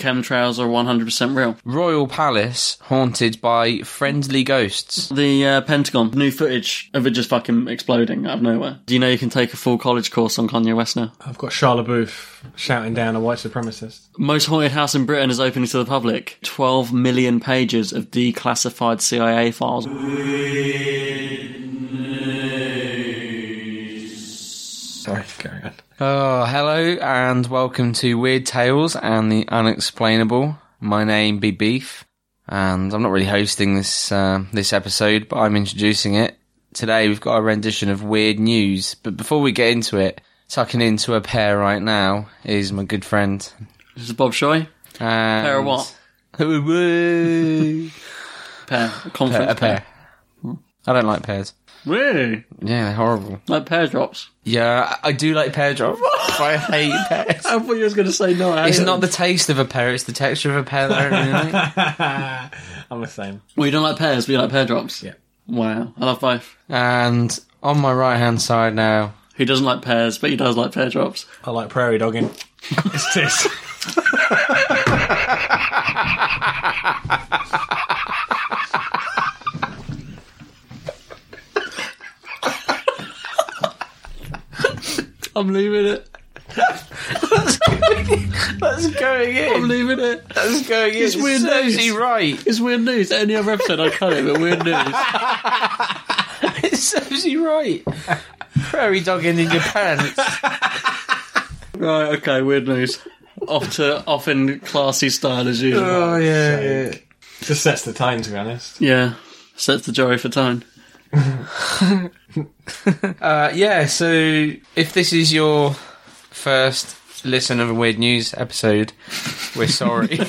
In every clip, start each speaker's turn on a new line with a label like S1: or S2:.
S1: Chemtrails are 100% real.
S2: Royal Palace haunted by friendly ghosts.
S1: The uh, Pentagon, new footage of it just fucking exploding out of nowhere. Do you know you can take a full college course on Kanye West now?
S3: I've got Charlotte Booth shouting down a white supremacist.
S1: Most haunted house in Britain is opening to the public. 12 million pages of declassified CIA files.
S3: Sorry, carry on.
S2: Oh, hello and welcome to Weird Tales and the Unexplainable. My name be Beef, and I'm not really hosting this uh, this episode, but I'm introducing it. Today we've got a rendition of weird news, but before we get into it, tucking into a pair right now is my good friend.
S1: This is Bob Shoy.
S2: And
S1: Pair of what?
S2: Woo!
S1: Pair. A conference
S2: a pair. I don't like pairs.
S1: Really?
S2: Yeah, they're horrible.
S1: Like pair drops.
S2: Yeah, I I do like pear drop. but I hate pears.
S1: I thought you was going to say no.
S2: It's not the taste of a pear; it's the texture of a pear that I really like.
S3: I'm the same.
S1: Well, you don't like pears, but you like pear drops.
S3: Yeah.
S1: Wow. I love both.
S2: And on my right hand side now,
S1: He doesn't like pears, but he does like pear drops.
S3: I like prairie dogging. it's this.
S1: I'm leaving it.
S2: that's going
S1: I'm
S2: in.
S1: leaving it.
S2: That's going in. It's
S1: weird
S2: Serves
S1: news.
S2: you right.
S1: It's weird news. Any other episode, I cut it, but weird news.
S2: It serves you right. Prairie dogging in your pants.
S1: Right, okay, weird news. off to off in classy style as usual.
S2: Oh, yeah, yeah.
S3: Just sets the time, to be honest.
S1: yeah. Sets the jury for time.
S2: Uh, yeah. So if this is your first listen of a weird news episode, we're sorry.
S1: if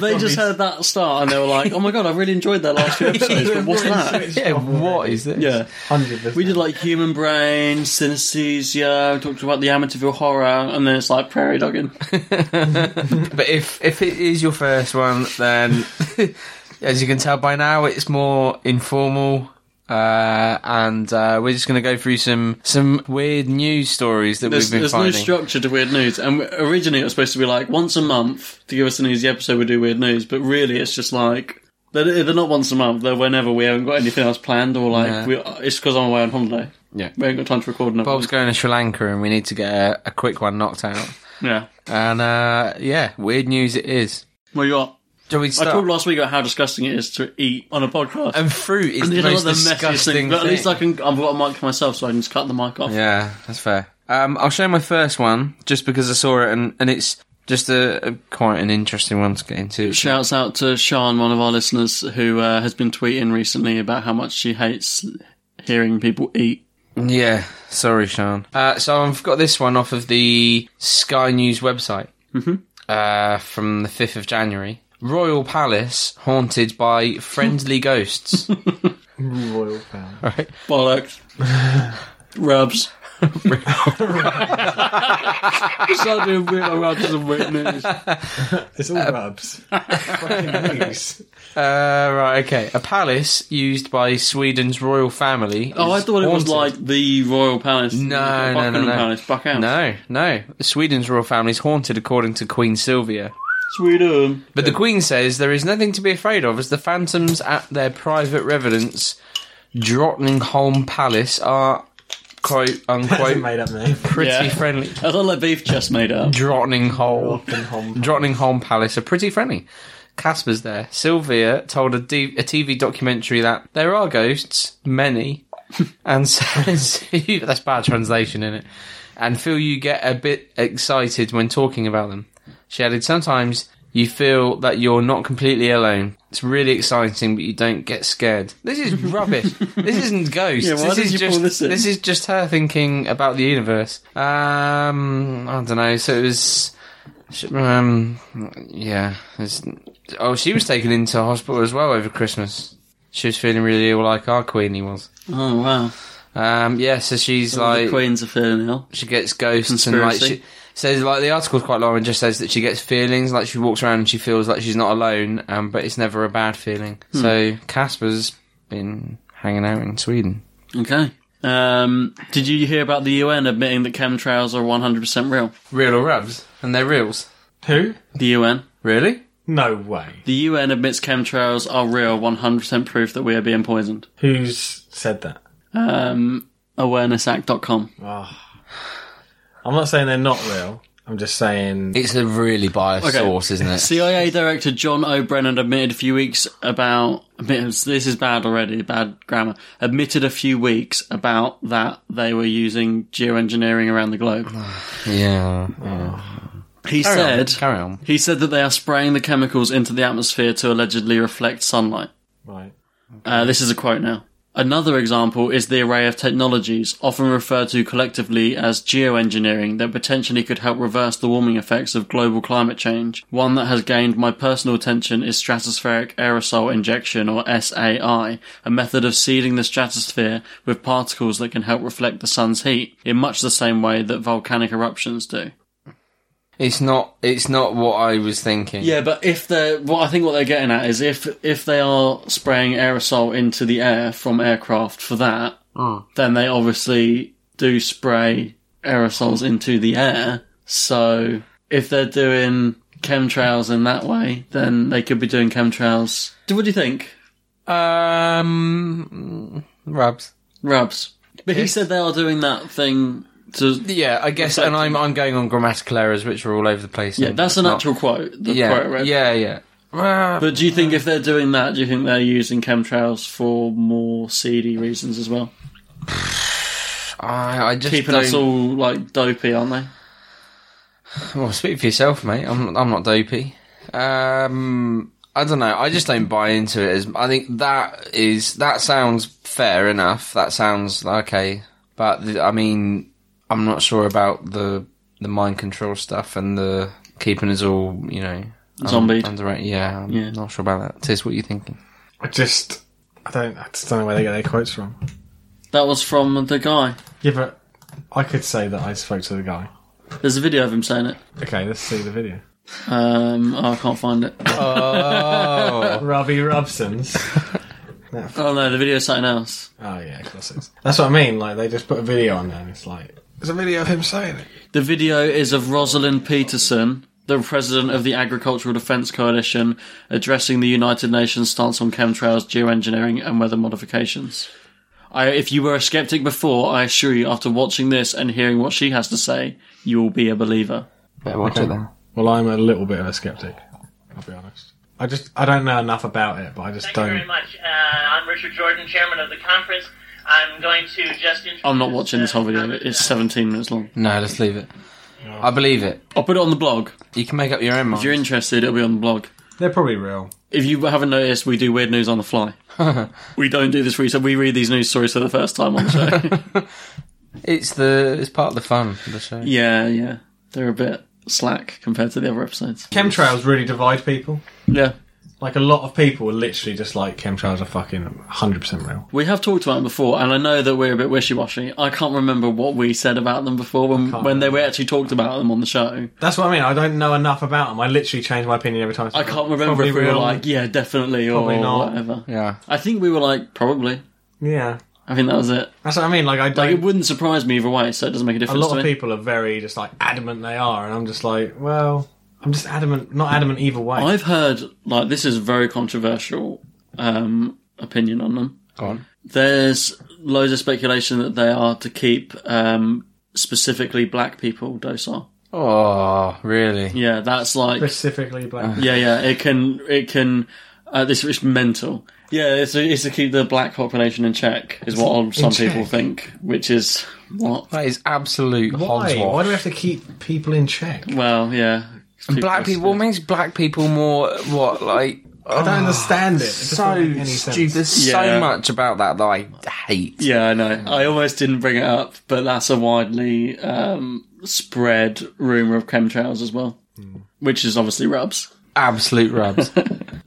S1: they just heard that start and they were like, "Oh my god, I really enjoyed that last few episodes," but what's that?
S2: yeah. What is this?
S1: Yeah,
S3: 100%.
S1: we did like human brain, synesthesia. We talked about the Amityville horror, and then it's like prairie dogging.
S2: But if if it is your first one, then as you can tell by now, it's more informal, uh, and uh, we're just going to go through some some weird news stories that
S1: There's,
S2: we've been
S1: there's no
S2: finding.
S1: structure to weird news, and originally it was supposed to be like once a month to give us an easy episode. We do weird news, but really it's just like they're, they're not once a month. They're whenever we haven't got anything else planned, or like
S2: Yeah.
S1: we, it's because I'm away on holiday.
S2: yeah.
S1: We ain't got time to record another.
S2: Bob's
S1: one.
S2: going to Sri Lanka, and we need to get a, a quick one knocked out.
S1: Yeah.
S2: And uh, yeah, weird news it is.
S1: Well, you are.
S2: Shall we
S1: I
S2: start?
S1: talked last week about how disgusting it is to eat on a podcast.
S2: and fruit is
S1: And
S2: the
S1: it's one of
S2: most
S1: the messiest
S2: disgusting
S1: things, But at least
S2: thing.
S1: I can. I've got a mic for myself, so I can just cut the mic off.
S2: Yeah, that's fair. Um, I'll show my first one just because I saw it, and, and it's just a, a quite an interesting one to get into.
S1: Shouts out to Sean, one of our listeners, who uh, has been tweeting recently about how much she hates hearing people eat.
S2: Yeah, sorry, Sean. Uh, so I've got this one off of the Sky News website
S1: Mm-hmm.
S2: uh, from the 5th of January. Royal Palace haunted by friendly ghosts. Uh,
S3: Royal pound.
S1: Bollocks. Rubs. Start doing weird rubs and weird news.
S3: It's all rubs. uh, Fucking news.
S2: uh, right, okay. A palace used by Sweden's royal family.
S1: Oh, I
S2: is
S1: thought it was
S2: haunted.
S1: like the Royal Palace.
S2: No, no,
S1: Buckingham
S2: no, no.
S1: Palace, Buckhouse.
S2: No, no. Sweden's royal family is haunted according to Queen Sylvia.
S1: Sweden.
S2: But the Queen says there is nothing to be afraid of as the phantoms at their private residence Drottningholm Palace are quote
S3: That's a
S2: unquote
S3: made up name.
S2: pretty
S1: Yeah.
S2: friendly.
S1: I thought that beef chest made it up.
S2: Drottningholm.
S3: Drottningholm.
S2: Drottningholm Palace are pretty friendly. Casper's there. Sylvia told a, D- a TV documentary that there are ghosts, many, and says that's bad translation in it. And feel you get a bit excited when talking about them. She added, "Sometimes you feel that you're not completely alone. It's really exciting, but you don't get scared. This is rubbish. this isn't ghosts.
S1: Yeah, why
S2: this
S1: did
S2: is
S1: you
S2: just
S1: pull this in?
S2: this is just her thinking about the universe. Um, I don't know. So it was." She- Um, yeah. it's- Oh, she was taken into hospital as well over Christmas. She was feeling really ill, like our Queenie was.
S1: Oh wow!
S2: Um, yeah. So she's
S1: Like, the
S2: like,
S1: Queen's of Feeling Hill.
S2: she gets ghosts and like
S1: Conspiracy.
S2: she says like the article's quite long and just says that she gets feelings like she walks around and she feels like she's not alone, um, but it's never a bad feeling. So Casper's been hanging out in Sweden.
S1: Okay. Um, did you hear about the UN admitting that chemtrails are 100% real?
S2: Real or rubs, and they're reals.
S3: Who?
S1: The UN.
S2: Really?
S3: No way.
S1: The UN admits chemtrails are real, 100% proof that we are being poisoned.
S3: Who's said that?
S1: Um, awarenessact.com.
S3: I'm not saying they're not real. I'm just saying
S2: It's a really biased
S1: Okay.
S2: source, isn't it?
S1: CIA Director John O'Brien admitted a few weeks about. admits- This is bad already, bad grammar. Admitted a few weeks about that they were using geoengineering around the globe.
S2: yeah.
S1: He
S2: Carry on,
S1: said.
S2: Carry on.
S1: He said that they are spraying the chemicals into the atmosphere to allegedly reflect sunlight.
S3: right.
S1: Uh, this is a quote now. Another example is the array of technologies, often referred to collectively as geoengineering, that potentially could help reverse the warming effects of global climate change. One that has gained my personal attention is stratospheric aerosol injection, or SAI, a method of seeding the stratosphere with particles that can help reflect the sun's heat, in much the same way that volcanic eruptions do.
S2: It's not. It's not what I was thinking.
S1: Yeah, but if they're what I think what they're getting at is if if they are spraying aerosol into the air from aircraft for that,
S2: Hmm.
S1: then they obviously do spray aerosols into the air. So if they're doing chemtrails in that way, then they could be doing chemtrails. Do- What do you think,
S2: Um, rubs.
S1: Rubs? But he said they are doing that thing to.
S2: Yeah, I guess, and I'm I'm going on grammatical errors, which are all over the place.
S1: Yeah,
S2: and
S1: that's an
S2: not-
S1: actual quote. The
S2: Yeah,
S1: quote I read.
S2: yeah, yeah. Well,
S1: But do you think if they're doing that, do you think they're using chemtrails for more seedy reasons as well?
S2: I, I just
S1: keeping
S2: don't,
S1: us all like dopey, aren't they?
S2: Well, Oh, speak for yourself, mate. I'm I'm not dopey. Um, I don't know. I just don't buy into it. As I think that is that sounds fair enough. That sounds okay, but the, I mean, I'm not sure about the the mind control stuff and the keeping us all, you know, un-
S1: Zombied.
S2: under- yeah, I'm
S1: Yeah.
S2: not sure about that. Tis, what are you thinking?
S3: I just I don't I just don't know where they get their quotes from.
S1: That was from the guy.
S3: Yeah, but I could say that I spoke to the guy.
S1: There's a video of him saying it.
S3: Okay, let's see the video.
S1: Um, oh, I can't find it.
S3: Robbie Robson's.
S1: Oh no, the video's something else.
S3: Oh yeah, of course it is. That's what I mean. Like they just put a video on there. and It's like there's a video of him saying it.
S1: The video is of Rosalind Peterson, the president of the Agricultural Defence Coalition, addressing the United Nations stance on chemtrails, geoengineering, and weather modifications. I, if you were a skeptic before, I assure you, after watching this and hearing what she has to say, you will be a believer.
S2: Better watch it then.
S3: Well, I'm a little bit of a skeptic. I'll be honest. I just I don't know enough about it, but I just
S4: Thank you
S3: don't.
S4: very much. Uh, I'm Richard Jordan, chairman of the conference. I'm going to just. introduce,
S1: I'm not watching this whole
S4: uh,
S1: video. It's 17 minutes long.
S2: No, let's leave it. I believe it.
S1: I'll put it on the blog.
S2: You can make up your own mind.
S1: If you're interested, it'll be on the blog.
S3: They're probably real.
S1: If you haven't noticed, we do weird news on the fly. we don't do this research. We read these news stories for the first time on the show.
S2: it's the it's part of the fun of the show.
S1: yeah, yeah. They're a bit slack compared to the other episodes.
S3: Chemtrails really divide people.
S1: Yeah.
S3: Like a lot of people are literally just like chemtrails are fucking 100 percent real.
S1: We have talked about them before, and I know that we're a bit wishy-washy. I can't remember what we said about them before when, when they were actually talked about them on the show.
S3: That's what I mean. I don't know enough about them. I literally change my opinion every time.
S1: I can't remember
S3: Probably
S1: if we were
S3: real.
S1: like, yeah, definitely, or
S3: Probably not.
S1: whatever.
S2: Yeah.
S1: I think we were like, probably.
S3: Yeah,
S1: I think that was it.
S3: that's what I mean. Like I
S1: Like, it
S3: don't.
S1: wouldn't surprise me either way, so it doesn't make a
S3: a
S1: difference
S3: lot
S1: to
S3: of
S1: me.
S3: people are very just like adamant they are, and I'm just like, well, I'm just adamant, not adamant either way.
S1: I've heard like this is a very controversial um, opinion on them.
S2: Go on.
S1: There's loads of speculation that they are to keep um, specifically black people docile.
S2: Oh, really?
S1: Yeah, that's like
S3: Specifically black.
S1: yeah, yeah. It can it can uh, this is mental. Yeah, it's to, it's to keep the black population in check is what
S3: In
S1: some
S3: check?
S1: people think, which is what.
S2: That is absolute
S3: Why?
S2: hogwash.
S3: Why do we have to keep people in check?
S1: Well, yeah.
S2: And black people. What makes black people more what like? oh,
S3: I don't understand it. it doesn't
S2: So
S3: make any sense.
S2: stupid. There's
S1: Yeah.
S2: so much about that that I hate.
S1: Yeah, I know. I almost didn't bring it up, but that's a widely um, spread rumor of chemtrails as well, which is obviously rubs.
S2: Absolute rubs.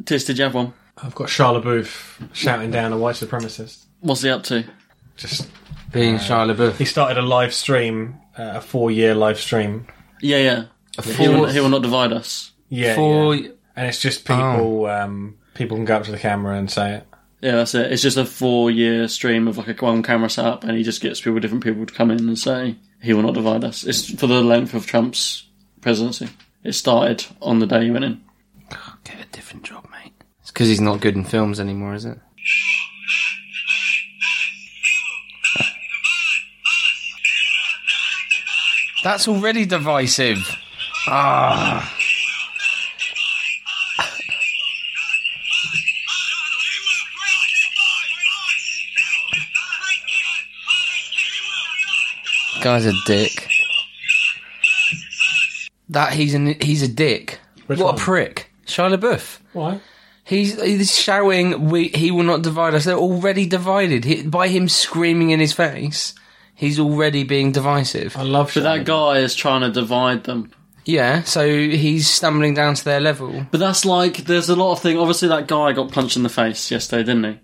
S1: Tis, did you have one?
S3: I've got Charlotte Booth shouting down a white supremacist.
S1: What's he up to?
S3: Just
S2: Being Shia
S3: he
S2: LaBeouf.
S3: started a live stream, uh, a four-year live stream.
S1: Yeah, yeah. He will, he will not divide us.
S3: Yeah,
S2: Four-
S3: yeah. and it's just
S1: Oh.
S3: people. Um, people can go up to the camera and say it.
S1: Yeah, that's it. It's just a four-year stream of like a one camera setup, and he just gets people, different people, to come in and say he will not divide us. It's for the length of Trump's presidency. It started on the day he went in.
S2: Get a different job, mate. It's because he's not good in films anymore, is it? That's already divisive. Ah, guy's a dick. That he's an he's a dick.
S3: Which
S2: what
S3: one?
S2: a prick, Shia LaBeouf.
S3: Why?
S2: He's, uh, he's shouting, "We he will not divide us." They're already divided he, by him screaming in his face. He's already being divisive.
S3: I love
S1: But that
S3: Charlotte.
S1: guy is trying to divide them.
S2: Yeah, so he's stumbling down to their level.
S1: But that's like, there's a lot of thing. Obviously, that guy got punched in the face yesterday, didn't he?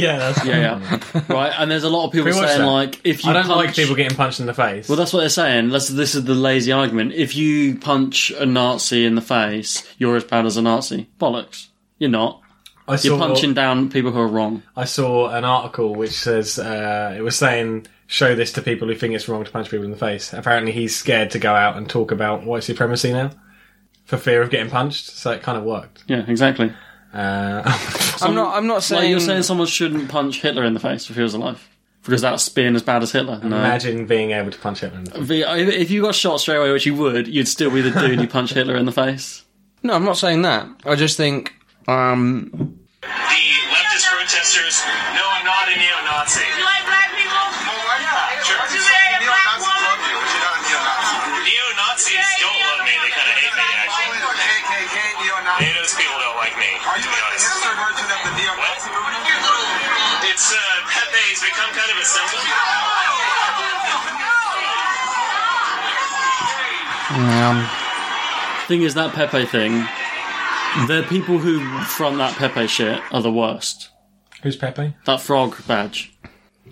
S3: yeah, that's,
S1: Yeah, yeah. right, and there's a lot of people
S3: Pretty much
S1: saying
S3: that.
S1: like, if you
S3: I don't
S1: punch,
S3: like people getting punched in the face.
S1: Well, that's what they're saying. That's, this is the lazy argument. If you punch a Nazi in the face, you're as bad as a Nazi. Bollocks. You're not.
S3: I
S1: You're
S3: saw,
S1: punching down people who are wrong.
S3: I saw an article which says uh, it was saying show this to people who think it's wrong to punch people in the face. Apparently, he's scared to go out and talk about white supremacy now for fear of getting punched. So it kind of worked.
S1: Yeah, exactly.
S3: Uh,
S2: I'm not. I'm not saying.
S1: Like you're saying someone shouldn't punch Hitler in the face if he was alive because that's being as bad as Hitler. No.
S3: imagine being able to punch Hitler in the face.
S1: The- If if you got shot straight away, which you would, you'd still be the dude who punched Hitler in the face.
S2: no, I'm not saying that. I just think. Um,
S5: The leftist protesters, no, I'm not a neo-Nazi.
S4: You like black people?
S5: Yeah,
S4: sure. You married a black
S5: Neo-Nazis
S4: woman?
S5: love you, but you're not a neo-Nazi. Neo-Nazis don't love me. They kind of hate me, actually.
S6: KKK neo-Nazi.
S5: NATO's people don't like me,
S6: Are you
S5: to be
S6: like the
S5: honest.
S6: hipster version of the neo-Nazi movement?
S5: It's, uh, Pepe's become kind of a symbol.
S2: um,
S1: Thing is, that Pepe thing, the people who front that Pepe shit are the worst.
S3: Who's Pepe?
S1: That frog badge.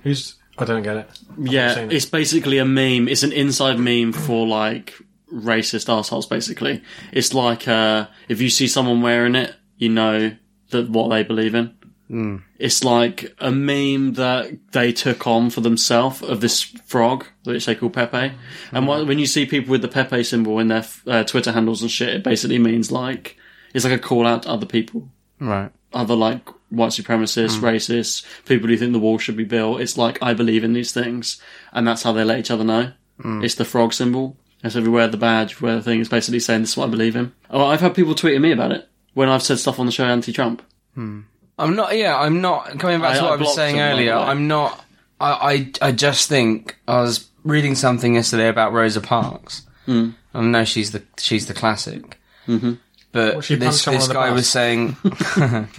S3: Who's I don't get it.
S1: Yeah,
S3: seen it.
S1: it's basically a meme. It's an inside meme for like racist assholes. Basically, it's like uh, if you see someone wearing it, you know that what they believe in. It's like a meme that they took on for themselves of this frog, which they call Pepe. And wh- when you see people with the Pepe symbol in their f- uh, Twitter handles and shit, it basically means like it's like a call out to other people
S2: right.
S1: other like white supremacists, racists, people who think the wall should be built. It's like I believe in these things, and that's how they let each other know. It's the frog symbol. It's everywhere the badge, where the thing is basically saying this is what I believe in. Oh, I've had people tweeting me about it when I've said stuff on the show anti-Trump.
S2: I'm not. Yeah, I'm not coming back
S1: I-
S2: to
S1: I
S2: what I, was
S1: blocked
S2: saying
S1: them, by the
S2: earlier.
S1: way.
S2: I'm not. I, I I just think I was reading something yesterday about Rosa Parks. Mm. I know she's the she's the classic. Mm-hmm. But
S3: she punched
S2: this
S3: someone
S2: this
S3: in the
S2: guy
S3: past.
S2: was saying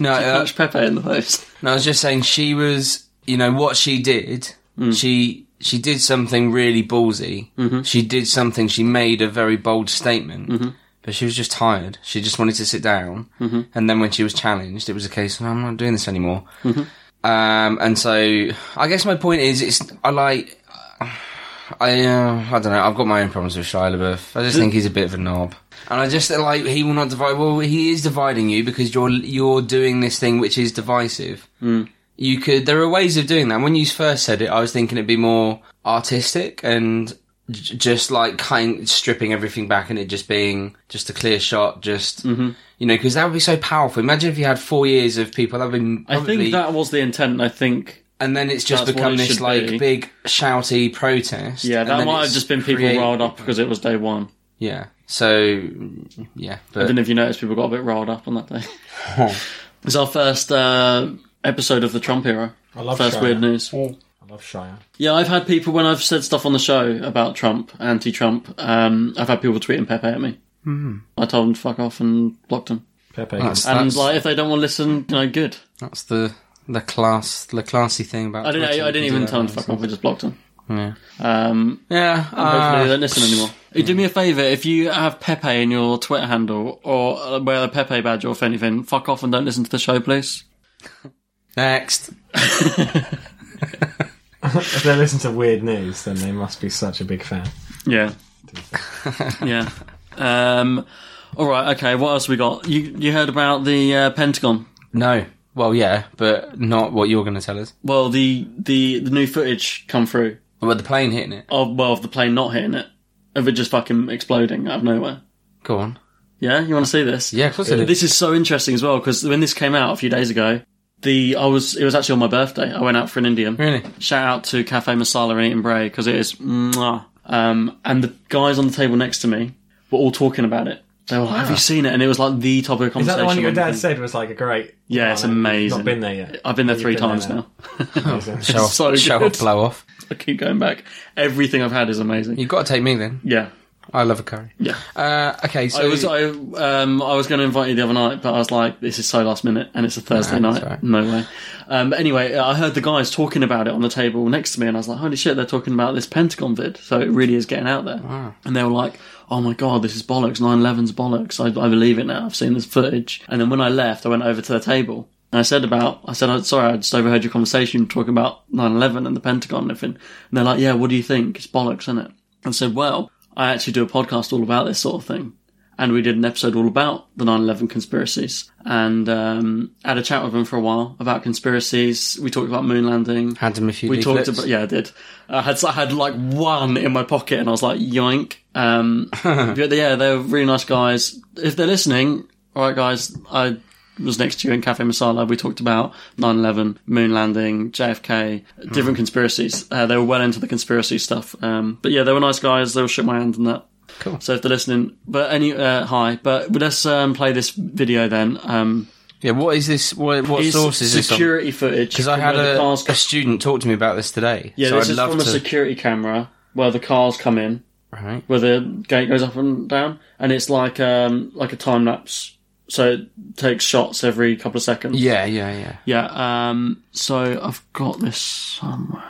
S2: no. uh,
S1: Punch Pepe in the face.
S2: no, I was just saying she was. You know what she did. She she did something really ballsy. She did something. She made a very bold statement. But she was just tired. She just wanted to sit down. Mm-hmm. And then when she was challenged, it was a case of, I'm not doing this anymore. Um, and so I guess my point is, it's I like. I uh, I don't know. I've got my own problems with Shia LaBeouf. I just think he's a bit of a knob, and I just like he will not divide. Well, he is dividing you because you're you're doing this thing which is divisive. You could. There are ways of doing that. When you first said it, I was thinking it'd be more artistic and j- just like kind stripping everything back and it just being just a clear shot. Just you know, because that would be so powerful. Imagine if you had four years of people. That would be.
S1: I
S2: probably-
S1: think that was the intent. I think
S2: and then it's just
S1: That's what
S2: become
S1: it
S2: this
S1: should
S2: like
S1: be.
S2: big shouty protest.
S1: Yeah,
S2: and
S1: that
S2: then
S1: might have
S2: it's
S1: just been people
S2: create-
S1: riled up because it was day one.
S2: Yeah. So yeah,
S1: I
S2: but
S1: don't know if you noticed, people got a bit riled up on that day. it's our first uh, episode of the Trump era.
S3: I love
S1: first
S3: China.
S1: weird news.
S3: I love Shire.
S1: Yeah, I've had people when I've said stuff on the show about Trump, anti-Trump. Um, I've had people tweeting Pepe at me. Mm. I told them to fuck off and blocked them.
S3: Pepe.
S2: that's,
S1: And
S2: Hmm. that's,
S1: like, if they don't want to listen, you know, good.
S2: that's the the class the classy thing about.
S1: I didn't.
S2: Twitter,
S1: I, I
S2: you
S1: didn't
S2: can
S1: even
S2: do that
S1: tell them to
S2: nonsense.
S1: fuck off. I just blocked them.
S2: Yeah.
S1: Um,
S2: Yeah.
S1: Hopefully
S2: uh,
S1: they don't listen anymore. Hey, Do me a favour, if you have Pepe in your Twitter handle or uh, wear a Pepe badge or if anything, fuck off and don't listen to the show, please.
S2: Next.
S3: If they listen to weird news, then they must be such a big fan.
S1: Yeah. yeah. Um, all right, okay, what else we got? You, you heard about the uh, Pentagon.
S2: No. Well, yeah, but not what you're going to tell us.
S1: Well, the, the, the new footage come through
S2: Well, the plane hitting it.
S1: of, well, of the plane not hitting it, of it just fucking exploding out of nowhere.
S2: Go on.
S1: Yeah, you want to see this?
S2: Yeah, of course it is.
S1: This is so interesting as well because when this came out a few days ago, the I was it was actually on my birthday. I went out for an Indian.
S2: Really?
S1: Shout out to Cafe Masala in Eaton Bray because it is mwah. Um, and the guys on the table next to me were all talking about it. They were like, "Have you seen it?" And it was like the topic of
S3: Is that
S1: conversation.
S3: the one your
S1: and
S3: dad
S1: everything.
S3: said was like a great?
S1: Yeah, it's
S3: Oh, no,
S1: amazing.
S3: Not been there yet.
S1: I've been there
S3: You've
S1: three
S3: there
S1: times now.
S3: Amazing.
S2: Oh, Show off,
S1: so
S2: show
S1: good.
S2: off, blow off.
S1: I keep going back. Everything I've had is amazing.
S2: You've got to take me then.
S1: Yeah,
S2: I love a curry.
S1: yeah.
S2: Uh, okay, so
S1: I was I um I was going to invite you the other night, but I was like, this is so last minute, and it's a Thursday
S2: Nah,
S1: night.
S2: it's alright.
S1: No way. Um, but anyway, I heard the guys talking about it on the table next to me, and I was like, holy shit, they're talking about this Pentagon vid, so it really is getting out there. And they were like, oh my god, this is bollocks. 9/11's bollocks. I, I believe it now. I've seen this footage. And then when I left, I went over to the table. And I said about, I said, "Oh, sorry, I just overheard your conversation talking about 9-11 and the Pentagon and everything. And they're like, yeah, what do you think? It's bollocks, isn't it? And I said, well, I actually do a podcast all about this sort of thing and we did an episode all about the 9-11 conspiracies and um, had a chat with him for a while about conspiracies we talked about moon landing
S2: Hand him a few
S1: we talked
S2: leaflets.
S1: about yeah i did i had i had like one in my pocket and i was like yoink um, but yeah they're really nice guys if they're listening all right guys i was next to you in cafe masala we talked about 9-11 moon landing jfk
S2: Hmm.
S1: different conspiracies uh, they were well into the conspiracy stuff um, but yeah they were nice guys they all shook my hand and that so if they're listening, but any uh, hi, but let's um, play this video then. Um,
S2: yeah, what is this? What, what
S1: it's
S2: source is this? Because
S1: security footage?
S2: I
S1: from
S2: had
S1: where the
S2: a,
S1: cars-
S2: a student talk to me about this today.
S1: yeah,
S2: so
S1: this
S2: I'd
S1: is
S2: love
S1: from
S2: to.
S1: a security camera where the cars come in,
S2: right.
S1: where the gate goes up and down, and it's like um, like a time lapse. So it takes shots every couple of seconds.
S2: Yeah, yeah, yeah.
S1: Yeah, um, so I've got this somewhere.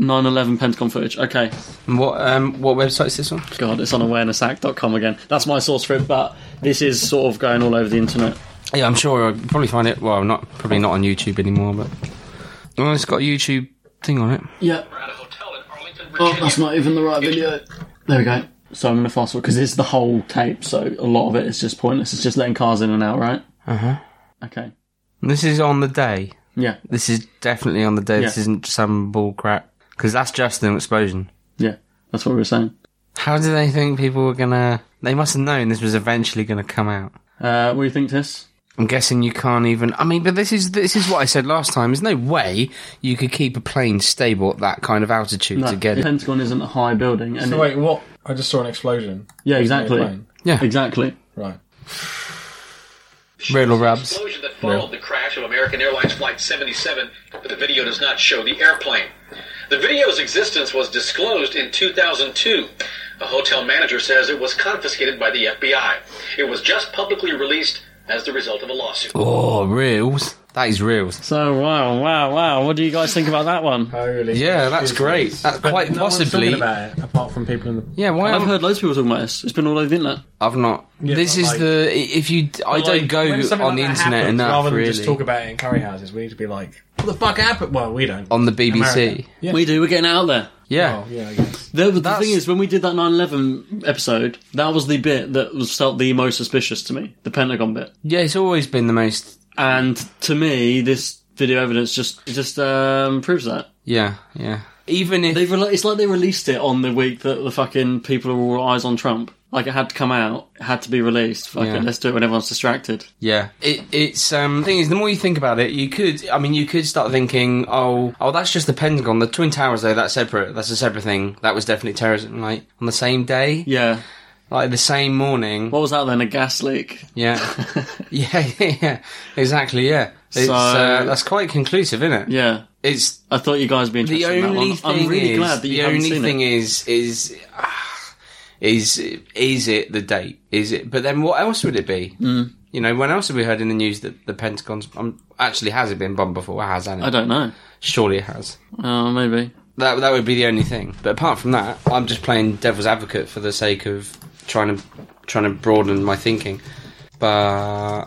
S1: 9-11 Pentagon footage. Okay.
S2: And what um, what website is this one?
S1: God, it's on awarenessact.com again. That's my source for it, but this is sort of going all over the internet.
S2: Yeah, I'm sure I'll probably find it. Well, not probably not on YouTube anymore, but well, it's got a YouTube thing on it.
S1: Yeah.
S5: At a hotel in Arlington,
S1: Oh,
S5: Virginia.
S1: that's not even the right video. There we go. So I'm going to fast forward because it's the whole tape, so a lot of it is just pointless. It's just letting cars in and out, right? Uh huh. Okay.
S2: This is on the day.
S1: Yeah.
S2: This is definitely on the day. This
S1: Yeah.
S2: isn't some bull crap because that's just an explosion.
S1: Yeah. That's what we were saying.
S2: How did they think people were gonna? They must have known this was eventually gonna come out.
S1: Uh, what do you think, Tess?
S2: I'm guessing you can't even. I mean, but this is this is what I said last time. There's no way you could keep a plane stable at that kind of altitude
S1: No,
S2: to get
S1: the
S2: it.
S1: Pentagon isn't a high building. And
S3: So
S1: it-
S3: wait, what? I just saw an explosion.
S1: yeah, exactly.
S3: plane.
S2: Yeah,
S1: Exactly.
S3: Right.
S2: riddle rubs.
S5: explosion that followed the crash of American Airlines Flight 77, but the video does not show the airplane. The video's existence was disclosed in 2002. A hotel manager says it was confiscated by the FBI. It was just publicly released as the result of a lawsuit.
S2: Oh, reels. That is reels.
S1: So wow, wow, wow. What do you guys think about that one?
S3: Holy.
S2: Yeah, that's great. That's quite
S3: no one's
S2: possibly.
S3: talking about it, apart from people in the.
S2: Yeah, why?
S1: I've
S2: haven't-
S1: heard loads of people talking about this. It's been all over the internet.
S2: I've not. this
S3: but
S2: is
S3: like-
S2: the if you. I
S3: Like,
S2: don't go
S3: when something
S2: Oh, on the
S3: like that
S2: internet
S3: happens,
S2: enough.
S3: Rather than
S2: really,
S3: just talk about it in curry houses, we need to be like, "What the fuck happened?" Well, we don't.
S2: on the BBC.
S3: America. Yeah.
S1: We do. We're getting out there.
S2: Yeah,
S3: Oh, yeah, I guess.
S1: The, the
S2: That's-
S1: thing is, when we did that 9/11 episode, that was the bit that was felt the most suspicious to me. The Pentagon bit.
S2: yeah. It's always been the most.
S1: And to me, this video evidence just just um, proves that.
S2: Yeah, yeah. Even if
S1: They've rele- it's like they released it on the week that the fucking people are all eyes on Trump. Like it had to come out, it had to be released. Fuck
S2: Yeah.
S1: it, let's do it when everyone's distracted.
S2: Yeah, it, it's um. Thing is, the more you think about it, you could. I mean, you could start thinking, oh, oh, that's just the Pentagon. The Twin Towers, though, that's separate. That's a separate thing. That was definitely terrorism. Like on the same day,
S1: Yeah.
S2: like the same morning.
S1: What was that then? A gas leak?
S2: Yeah, yeah, yeah, yeah. Exactly. Yeah, it's,
S1: So-
S2: uh, that's quite conclusive, isn't it?
S1: Yeah.
S2: It's
S1: I thought you guys would be
S2: the
S1: interested in that
S2: only
S1: one.
S2: thing.
S1: I'm really
S2: is,
S1: glad that you
S2: the
S1: haven't
S2: only
S1: seen
S2: thing
S1: it.
S2: is is ah, is is it the date? Is it? But then what else would it be?
S1: Hmm.
S2: Mm. You know, when else have we heard in the news that the Pentagon's um, actually has it been bombed before? It has, hasn't it?
S1: I don't know.
S2: Surely it has.
S1: Oh, maybe.
S2: That that would be the only thing. But apart from that, I'm just playing devil's advocate for the sake of trying to trying to broaden my thinking. But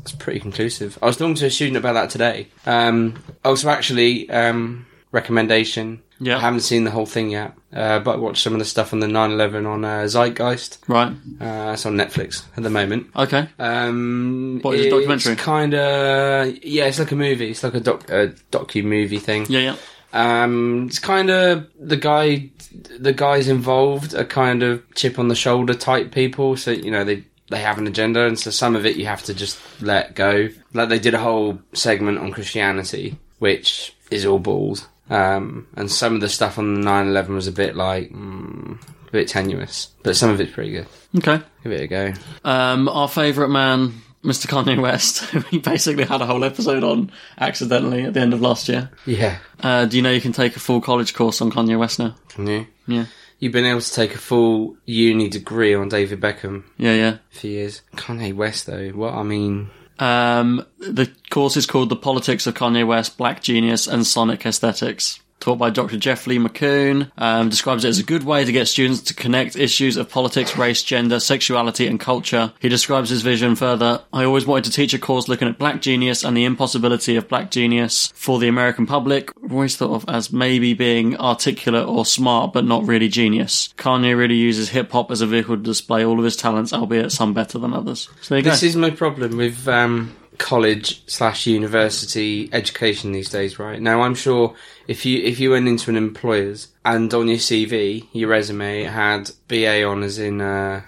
S2: it's pretty conclusive. I was talking to a student about that today. Um, also, actually, um, recommendation.
S1: Yeah.
S2: I haven't seen the whole thing yet, uh, but I watched some of the stuff on the 9/11 on uh, Zeitgeist.
S1: Right.
S2: Uh, it's on Netflix at the moment.
S1: Okay.
S2: Um,
S1: What, is it a documentary?
S2: Kind of, yeah. It's like a movie. It's like a doc, a docu movie thing.
S1: Yeah, yeah.
S2: Um, it's kind of the guy, the guys involved are kind of chip on the shoulder type people. So you know they they have an agenda, and so some of it you have to just let go. Like they did a whole segment on Christianity, which is all balls. Um, and some of the stuff on the 9-11 was a bit like mm, a bit tenuous, but some of it's pretty good.
S1: Okay.
S2: Give it a go.
S1: Um, our favourite man, Mr. Kanye West, who we basically had a whole episode on accidentally at the end of last year.
S2: Yeah.
S1: Uh, do you know you can take a full college course on Kanye West now?
S2: New.
S1: Yeah.
S2: You've been able to take a full uni degree on David Beckham
S1: Yeah, yeah.
S2: for years. Kanye West, though. What I mean,
S1: Um, the course is called The Politics of Kanye West, Black Genius and Sonic Aesthetics. Taught by Dr. Jeff Lee McCoon, um, describes it as a good way to get students to connect issues of politics, race, gender, sexuality, and culture. He describes his vision further. I always wanted to teach a course looking at black genius and the impossibility of black genius for the American public. We're Always thought of as maybe being articulate or smart, but not really genius. Kanye really uses hip hop as a vehicle to display all of his talents, albeit some better than others. So there you
S2: this
S1: go.
S2: is my problem with um, college slash university education these days. Right now, I'm sure if you if you went into an employer's and on your CV, your resume had BA honors in uh,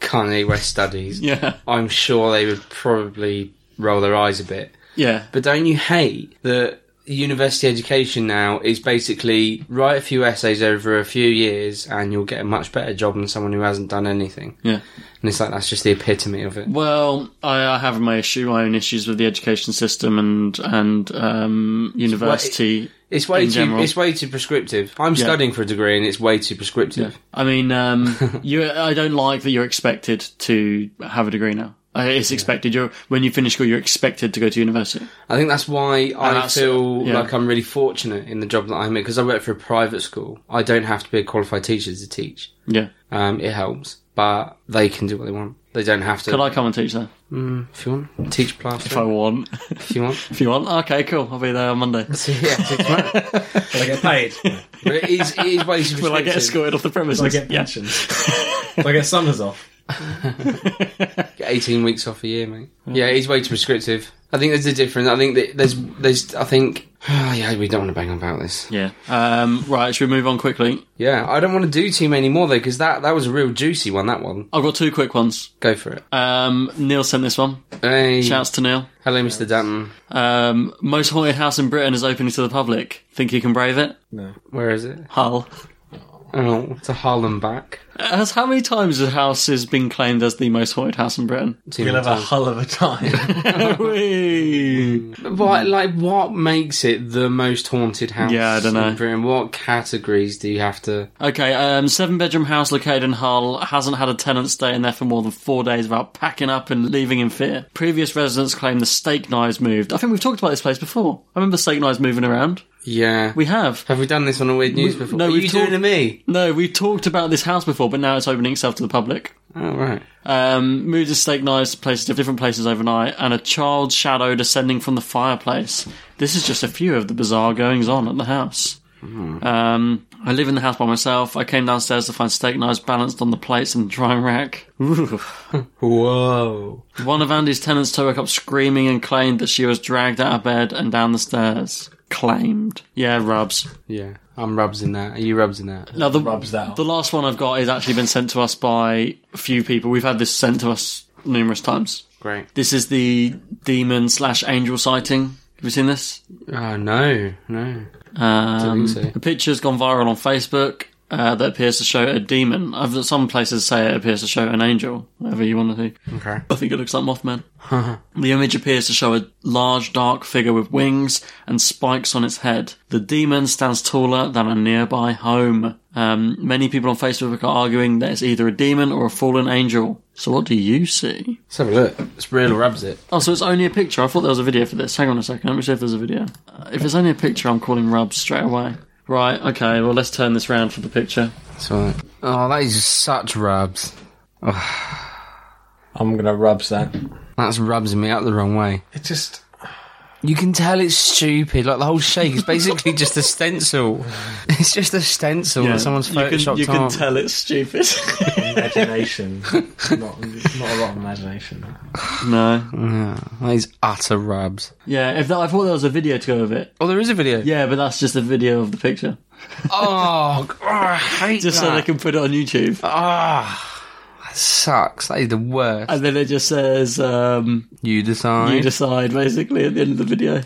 S2: Kanye West studies,
S1: yeah,
S2: I'm sure they would probably roll their eyes a bit.
S1: yeah.
S2: But don't you hate that university education now is basically write a few essays over a few years and you'll get a much better job than someone who hasn't done anything?
S1: Yeah.
S2: And it's like that's just the epitome of it.
S1: Well, I, I have my issue, my own issues with the education system and and um, university.
S2: It's way
S1: in
S2: too
S1: general.
S2: it's way too prescriptive. I'm
S1: Yeah.
S2: studying for a degree and it's way too prescriptive.
S1: I mean, um, you. I don't like that you're expected to have a degree now. Uh, It's expected. You're when you finish school, you're expected to go to university.
S2: I think that's why I
S1: that's- uh,
S2: feel
S1: yeah.
S2: like I'm really fortunate in the job that I'm in because I work for a private school. I don't have to be a qualified teacher to teach.
S1: Yeah.
S2: Um, it helps, but they can do what they want. They don't have to.
S1: Could I come and teach there
S2: if you want, teach plaster.
S1: if I want?
S2: if you want.
S1: if you want, okay, cool. I'll be there on Monday.
S2: yeah, six months.
S3: Will I get paid?
S2: But it is, it is way too
S1: Will I get
S2: prescriptive.
S1: escorted off the premises?
S3: Will I get
S1: Yeah.
S3: pensions? Will I get summers off?
S2: Get 18 weeks off a year, mate.
S1: Mm.
S2: Yeah, it is way too prescriptive. I think there's a difference. I think that there's, there's, I think, yeah, we don't want to bang on about this.
S1: Yeah. Um, right. Should we move on quickly?
S2: Yeah, I don't want to do too many more though, because that, that was a real juicy one, that one.
S1: I've got two quick ones.
S2: Go for it.
S1: Um, Neil sent this one.
S2: Hey,
S1: Shouts to Neil.
S2: hello, Mr. Danton.
S1: Um, most haunted house in Britain is opening to the public. Think you can brave it?
S2: Where is it?
S1: Hull.
S2: Oh, it's a Harlem back.
S1: As how many times has house has been claimed as the most haunted house in Britain?
S2: Too
S3: You'll
S2: many
S3: have a
S2: times.
S3: hull of a time.
S1: Whee!
S2: What, like, what makes it the most haunted house?
S1: Yeah, I don't know.
S2: in Britain? What categories do you have to?
S1: okay, um, seven bedroom house located in Hull hasn't had a tenant stay in there for more than four days without packing up and leaving in fear. Previous residents claim the steak knives moved. I think we've talked about this place before. I remember steak knives moving around.
S2: Yeah,
S1: We have.
S2: have we done this on a weird news before?
S1: no,
S2: Are
S1: we've
S2: you doing
S1: talked-
S2: to me?
S1: No, we talked about this house before, but now it's opening itself to the public.
S2: Oh right.
S1: Um, moved his steak knives to places different places overnight, and a child's shadow descending from the fireplace. This is just a few of the bizarre goings on at the house. Um, I live in the house by myself. I came downstairs to find steak knives balanced on the plates and drying rack. Ooh.
S2: Whoa.
S1: One of Andy's tenants woke up screaming and claimed that she was dragged out of bed and down the stairs. claimed. Yeah, rubs.
S2: Yeah, I'm rubs in that. Are you rubs in that?
S1: Now the
S3: Rubs that off.
S1: The last one I've got is actually been sent to us by a few people. We've had this sent to us numerous times.
S2: Great.
S1: This is the demon slash angel sighting. Have you seen this?
S2: Oh no, no.
S1: Um,
S2: so.
S1: the picture's gone viral on Facebook uh, that appears to show a demon. I've, some places say it appears to show an angel, whatever you want to do.
S2: Okay.
S1: I think it looks like Mothman. the image appears to show a large, dark figure with wings and spikes on its head. The demon stands taller than a nearby home. Um, many people on Facebook are arguing that it's either a demon or a fallen angel. So what do you see?
S2: Let's have a look. It's real rubs it.
S1: Oh, so it's only a picture. I thought there was a video for this. Hang on a second. Let me see if there's a video. Uh, if it's only a picture, I'm calling Rub straight away. Right, okay, well, let's turn this round for the picture.
S2: So, oh, that is such rubs.
S3: I'm gonna rubs that.
S2: That's rubs me up the wrong way.
S3: It just
S2: You can tell it's stupid. Like the whole shake is basically just a stencil. It's just a stencil that someone's photoshopped
S1: you can, you can
S2: on.
S1: tell it's stupid.
S3: imagination. not not a lot of imagination.
S1: no.
S2: that is utter rubs.
S1: Yeah, if that, I thought there was a video to go with it.
S2: Oh, there is a video.
S1: Yeah, but that's just a video of the picture. Ah.
S2: Oh, g- oh, I hate
S1: Just so
S2: that.
S1: they can put it on YouTube.
S2: Ah, that sucks. That is the worst.
S1: And then it just says, um,
S2: you decide.
S1: you decide, basically, at the end of the video.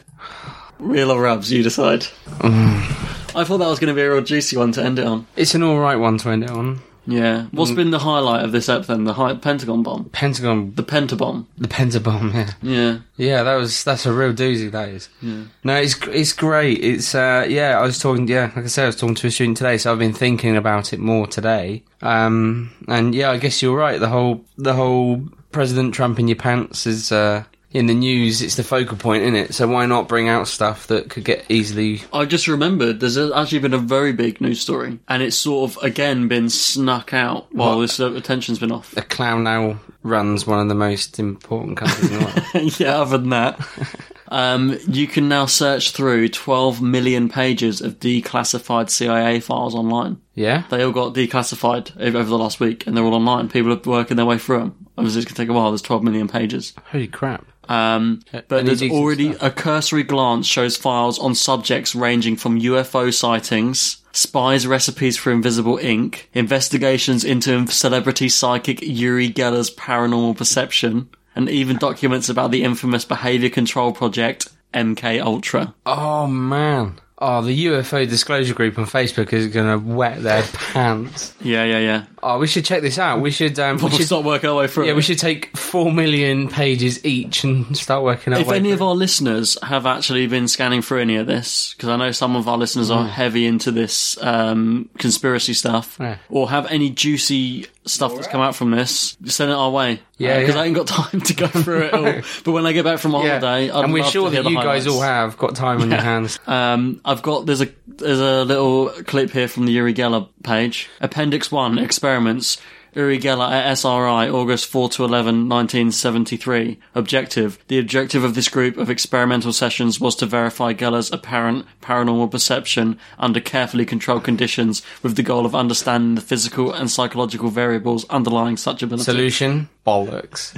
S1: Real or Rubs, you decide. I thought that was going to be a real juicy one to end it on.
S2: it's an all right one to end it on.
S1: Yeah. What's been the highlight of this ep then? The high- Pentagon bomb.
S2: Pentagon,
S1: The Pentabomb.
S2: the Pentabomb. Yeah,
S1: Yeah.
S2: yeah. That was that's a real doozy. That is. No, it's gr- it's great. It's uh, yeah. I was talking. Yeah, like I said, I was talking to a student today, so I've been thinking about it more today. Um, and yeah, I guess you're right. The whole the whole President Trump in your pants is uh in the news. It's the focal point, isn't it? So why not bring out stuff that could get easily
S1: I just remembered there's actually been a very big news story, and it's sort of again been snuck out while this uh, attention's been off.
S2: a clown now runs one of the most important companies in the world.
S1: yeah, other than that, um, you can now search through 12 million pages of declassified CIA files online.
S2: Yeah?
S1: They all got declassified o- over the last week, and they're all online. People are working their way through them. Obviously, it's going to take a while. There's 12 million pages.
S2: Holy crap.
S1: Um, but
S2: any
S1: there's
S2: decent
S1: already
S2: stuff?
S1: a cursory glance shows files on subjects ranging from UFO sightings, spies' recipes for invisible ink, investigations into celebrity psychic Yuri Geller's paranormal perception, and even documents about the infamous behavior control project MK Ultra.
S2: Oh, man. Oh, the UFO disclosure group on Facebook is going to wet their pants.
S1: Yeah, yeah, yeah.
S2: Oh, we should check this out. We should. Um, we
S1: We'll
S2: should
S1: start working our way through.
S2: yeah,
S1: it.
S2: we should take four million pages each and start working our
S1: If
S2: way.
S1: any of
S2: through.
S1: our listeners have actually been scanning through any of this, because I know some of our listeners
S2: Mm.
S1: are heavy into this um, conspiracy stuff,
S2: Yeah.
S1: or have any juicy stuff that's come out from this, send it our way.
S2: Yeah,
S1: because
S2: yeah.
S1: I ain't got time to go through it all. But when I get back from my holiday, I'd
S2: and we're
S1: love
S2: sure
S1: to hear
S2: that you
S1: the
S2: guys all
S1: highlights.
S2: have got time on your hands.
S1: Um, I've got there's a there's a little clip here from the Uri Geller page. Appendix one experiments. Uri Geller at SRI, August 4 to 11, 1973. Objective. The objective of this group of experimental sessions was to verify Geller's apparent paranormal perception under carefully controlled conditions with the goal of understanding the physical and psychological variables underlying such ability.
S2: Solution bollocks.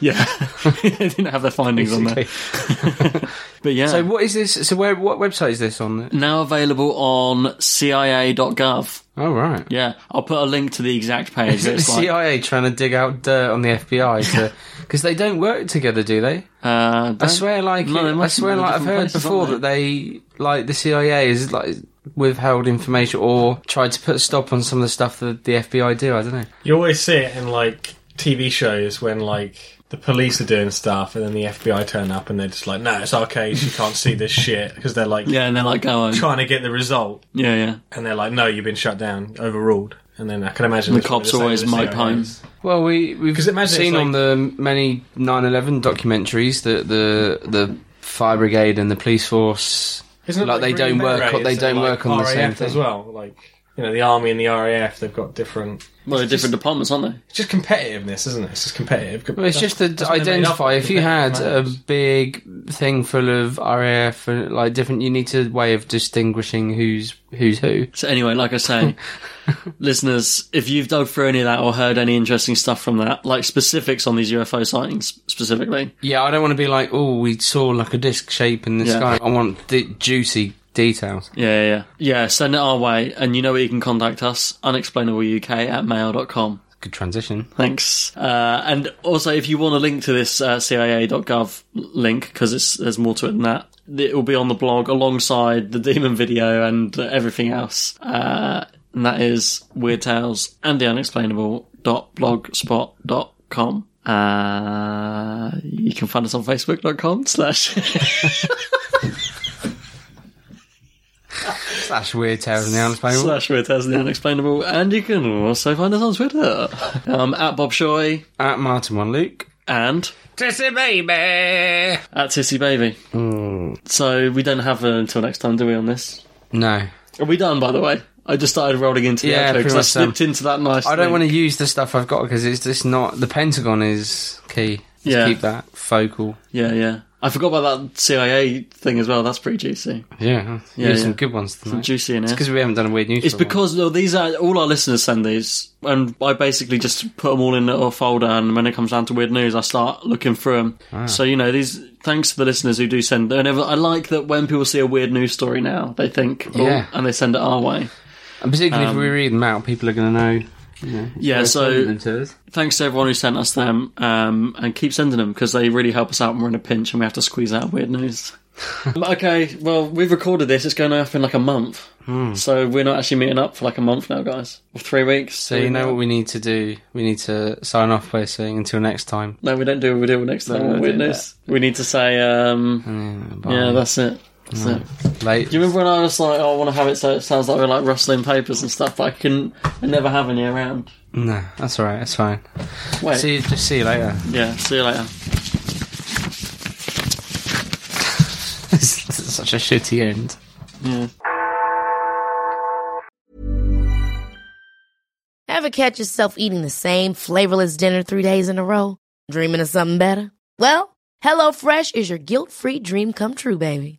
S1: Yeah. they didn't have their findings on there. But yeah.
S2: so what is this? So where? What website is this on?
S1: now available on CIA.gov.
S2: Oh right.
S1: Yeah, I'll put a link to the exact page.
S2: Is it the
S1: It's like,
S2: CIA trying to dig out dirt on the FBI? Because they don't work together, do they?
S1: uh,
S2: I swear, like
S1: No, they
S2: I
S1: mustn't.
S2: swear,
S1: They're
S2: like I've
S1: different
S2: heard
S1: places,
S2: before
S1: aren't
S2: that they like the CIA is like withheld information or tried to put a stop on some of the stuff that the FBI do. I don't know.
S3: You always see it in like TV shows when like the police are doing stuff and then the FBI turn up and they're just like, no, it's our case. You can't see this shit because they're like
S1: yeah, and they're like, go on.
S3: trying to get the result
S1: Yeah, yeah.
S3: and they're like, no, you've been shut down, overruled. And then I can imagine
S1: The
S3: it's probably
S1: cops
S3: same
S1: always
S3: with the
S1: mope
S3: CIA.
S1: home.
S2: Well, we we've
S3: 'Cause imagine
S2: seen
S3: it's
S2: on
S3: like-
S2: the many 9/11 documentaries that the the fire brigade and the police force
S3: Isn't it
S2: like, they don't
S3: Green Beret?
S2: work. on- They
S3: Is it
S2: don't
S3: like
S2: work on the same
S3: RAF
S2: thing.
S3: as well. Like you know the army and the RAF. They've got different.
S1: Well, they're different departments, aren't they?
S3: It's just competitiveness, isn't it? It's just competitive.
S2: Well, it's just to identify. If you had um, a big thing full of RAF, and, like different, you need a way of distinguishing who's who's who.
S1: So anyway, like I say, listeners, if you've dug through any of that or heard any interesting stuff from that, like specifics on these UFO sightings specifically,
S2: Yeah, I don't want to be like, oh, we saw like a disc shape in the
S1: Yeah.
S2: sky. I want the juicy details.
S1: yeah, yeah, yeah, yeah, send it our way, and you know where you can contact us: unexplainableuk at mail.com.
S2: Good transition.
S1: Thanks. Uh, and also, if you want a link to this uh, CIA.gov link, because there's more to it than that, it will be on the blog alongside the demon video and uh, everything else. Uh, and that is Weird Tales and the Unexplainable dot blogspot dot com. Uh, you can find us on facebook.com slash
S2: Slash weird tales in the unexplainable.
S1: slash weird tales and the unexplainable and you can also find us on twitter um at bob shoy
S2: At Martin one Luke.
S1: and
S2: Tissy baby.
S1: at Tissy Baby. So we don't have uh, until next time, do we? On this,
S2: No,
S1: are we done? By the way, I just started rolling into the
S2: Yeah,
S1: outro
S2: pretty
S1: 'cause I
S2: much done.
S1: slipped into that nice.
S2: I don't
S1: thing.
S2: want to use the stuff I've got because it's just not. The Pentagon is key. Just
S1: Yeah.
S2: keep that focal.
S1: Yeah, yeah. I forgot about that CIA thing as well. That's pretty juicy.
S2: Yeah, yeah,
S1: yeah.
S2: some good ones tonight.
S1: Juicy in
S2: It's
S1: here.
S2: because we haven't done a weird news.
S1: It's
S2: for a while.
S1: because well, these are all our listeners send these, and I basically just put them all in a little folder. And when it comes down to weird news, I start looking through them. So you know, these thanks to the listeners who do send. And I like that when people see a weird news story now, they think, oh,
S2: Yeah.
S1: and they send it our way.
S2: and particularly if we read them out, people are going to know.
S1: um, Yeah,
S2: they're
S1: so
S2: sending them to us.
S1: thanks to everyone who sent us them, um, and keep sending them because they really help us out when we're in a pinch and we have to squeeze out weird news. okay, well, we've recorded this. It's going to happen in like a month,
S2: Hmm.
S1: so we're not actually meeting up for like a month now, guys. Or three weeks.
S2: So you know what we need to do? We need to sign off by saying until next time.
S1: No, we don't do. We do next time.
S2: we
S1: weird
S2: do Hmm.
S1: news. We need to say. um
S2: Bye.
S1: Yeah, that's it. That's
S2: Hmm.
S1: it.
S2: late.
S1: Do you remember when I was like, oh, I want to have it so it sounds like we're like rustling papers and stuff, but I couldn't, I never have any around.
S2: No, that's all right. That's fine.
S1: Wait,
S2: See, you, just see you later.
S1: yeah, see you later.
S2: This is such a shitty end.
S1: Yeah.
S7: Ever catch yourself eating the same flavorless dinner three days in a row? Dreaming of something better? Well, HelloFresh is your guilt free dream come true, baby.